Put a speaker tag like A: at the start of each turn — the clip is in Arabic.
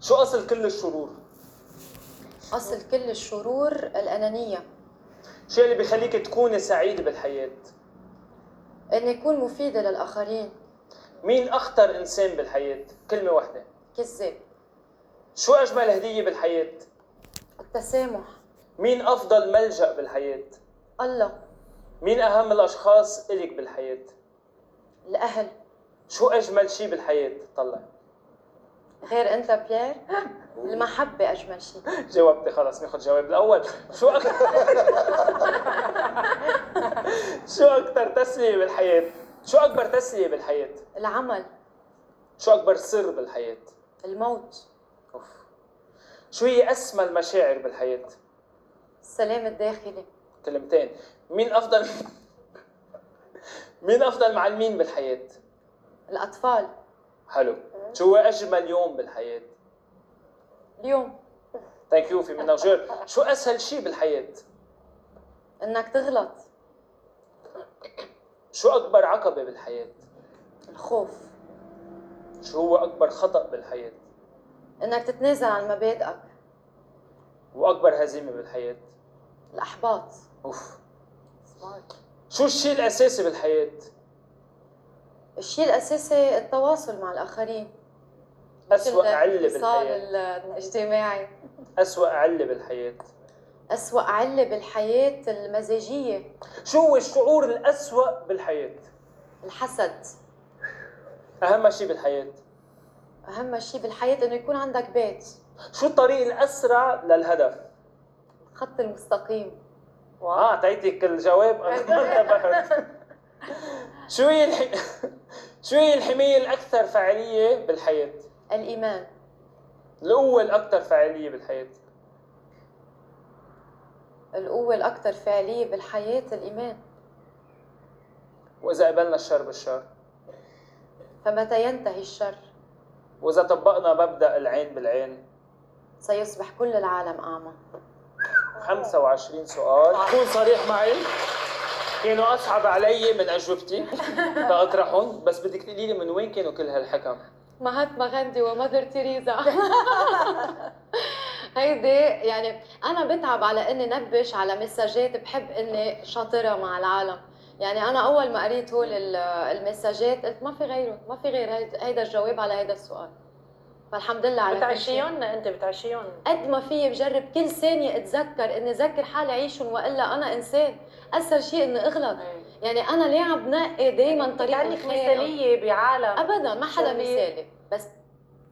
A: شو اصل كل الشرور؟
B: أصل كل الشرور الأنانية
A: الشيء اللي بيخليك تكوني سعيده بالحياه؟
B: إن يكون مفيدة للآخرين
A: مين اخطر انسان بالحياه؟ كلمه واحده
B: كذاب
A: شو اجمل هديه بالحياه؟
B: التسامح
A: مين افضل ملجا بالحياه؟
B: الله
A: مين اهم الاشخاص الك بالحياه؟
B: الأهل
A: شو اجمل شيء بالحياه؟ طلع
B: غير أنت بيير المحبة أجمل شيء
A: جاوبتي خلص ناخذ جواب الاول شو اكثر شو اكثر تسليه بالحياه؟ شو اكبر تسليه بالحياه؟
B: العمل
A: شو اكبر سر بالحياه؟
B: الموت
A: أوف. شو هي اسمى المشاعر بالحياه؟
B: السلام الداخلي
A: كلمتين مين افضل مين افضل معلمين بالحياه؟
B: الأطفال
A: حلو شو هو اجمل يوم بالحياه؟
B: اليوم
A: ثانك يو في منا وجير شو اسهل شيء بالحياه؟
B: إنك تغلط
A: شو اكبر عقبه بالحياه؟
B: الخوف
A: شو هو اكبر خطا بالحياه؟
B: إنك تتنازل عن مبادئك
A: واكبر هزيمه بالحياه؟
B: الإحباط
A: اوف شو الشيء الاساسي بالحياه؟
B: الشيء الأساسي التواصل مع الآخرين
A: اسوء عله
B: الاتصال
A: بالحياه
B: ال- الاجتماعي
A: اسوء عله بالحياه
B: أسوأ علة بالحياة المزاجية
A: شو هو الشعور الاسوء بالحياه؟
B: الحسد
A: اهم شيء بالحياه
B: أهم شيء بالحياة إنه يكون عندك بيت
A: شو الطريق الاسرع للهدف؟
B: خط المستقيم
A: اه اعطيتك الجواب أنا ما انتبهت شو هي الح... شو هي الحميه الاكثر فعاليه بالحياه؟
B: الإيمان
A: القوه الاكثر فعاليه بالحياه
B: القوة الأكثر فعالية بالحياة الإيمان
A: واذا قبلنا الشر بالشر
B: فمتى ينتهي الشر
A: واذا طبقنا مبدا العين بالعين
B: سيصبح كل العالم أعمى
A: 25 سؤال كون صريح معي كانوا اصعب علي من اجوبتي لاطرحهم بس بدك تقولي لي من وين كانوا كل هالحكم
B: مهاتما غاندي ومدر تيريزا هيدي يعني انا بتعب على اني نبش على مساجات بحب اني شاطره مع العالم يعني انا اول ما قريت هول ال- المساجات قلت ما في غيره ما في غير هيد- هيدا الجواب على هيدا السؤال فالحمد لله على كل شيء.
C: بتعشيهم انت بتعشيهم
B: قد ما في بجرب كل ثانيه اتذكر اني ذكر حالي عيشهم والا انا انسان اسهل شيء اني اغلط يعني انا ليه عم بنقي دايما طريق
C: عندك
B: الخير
C: مثاليه بعالم
B: ابدا ما حدا
C: شوفي.
B: مثالي بس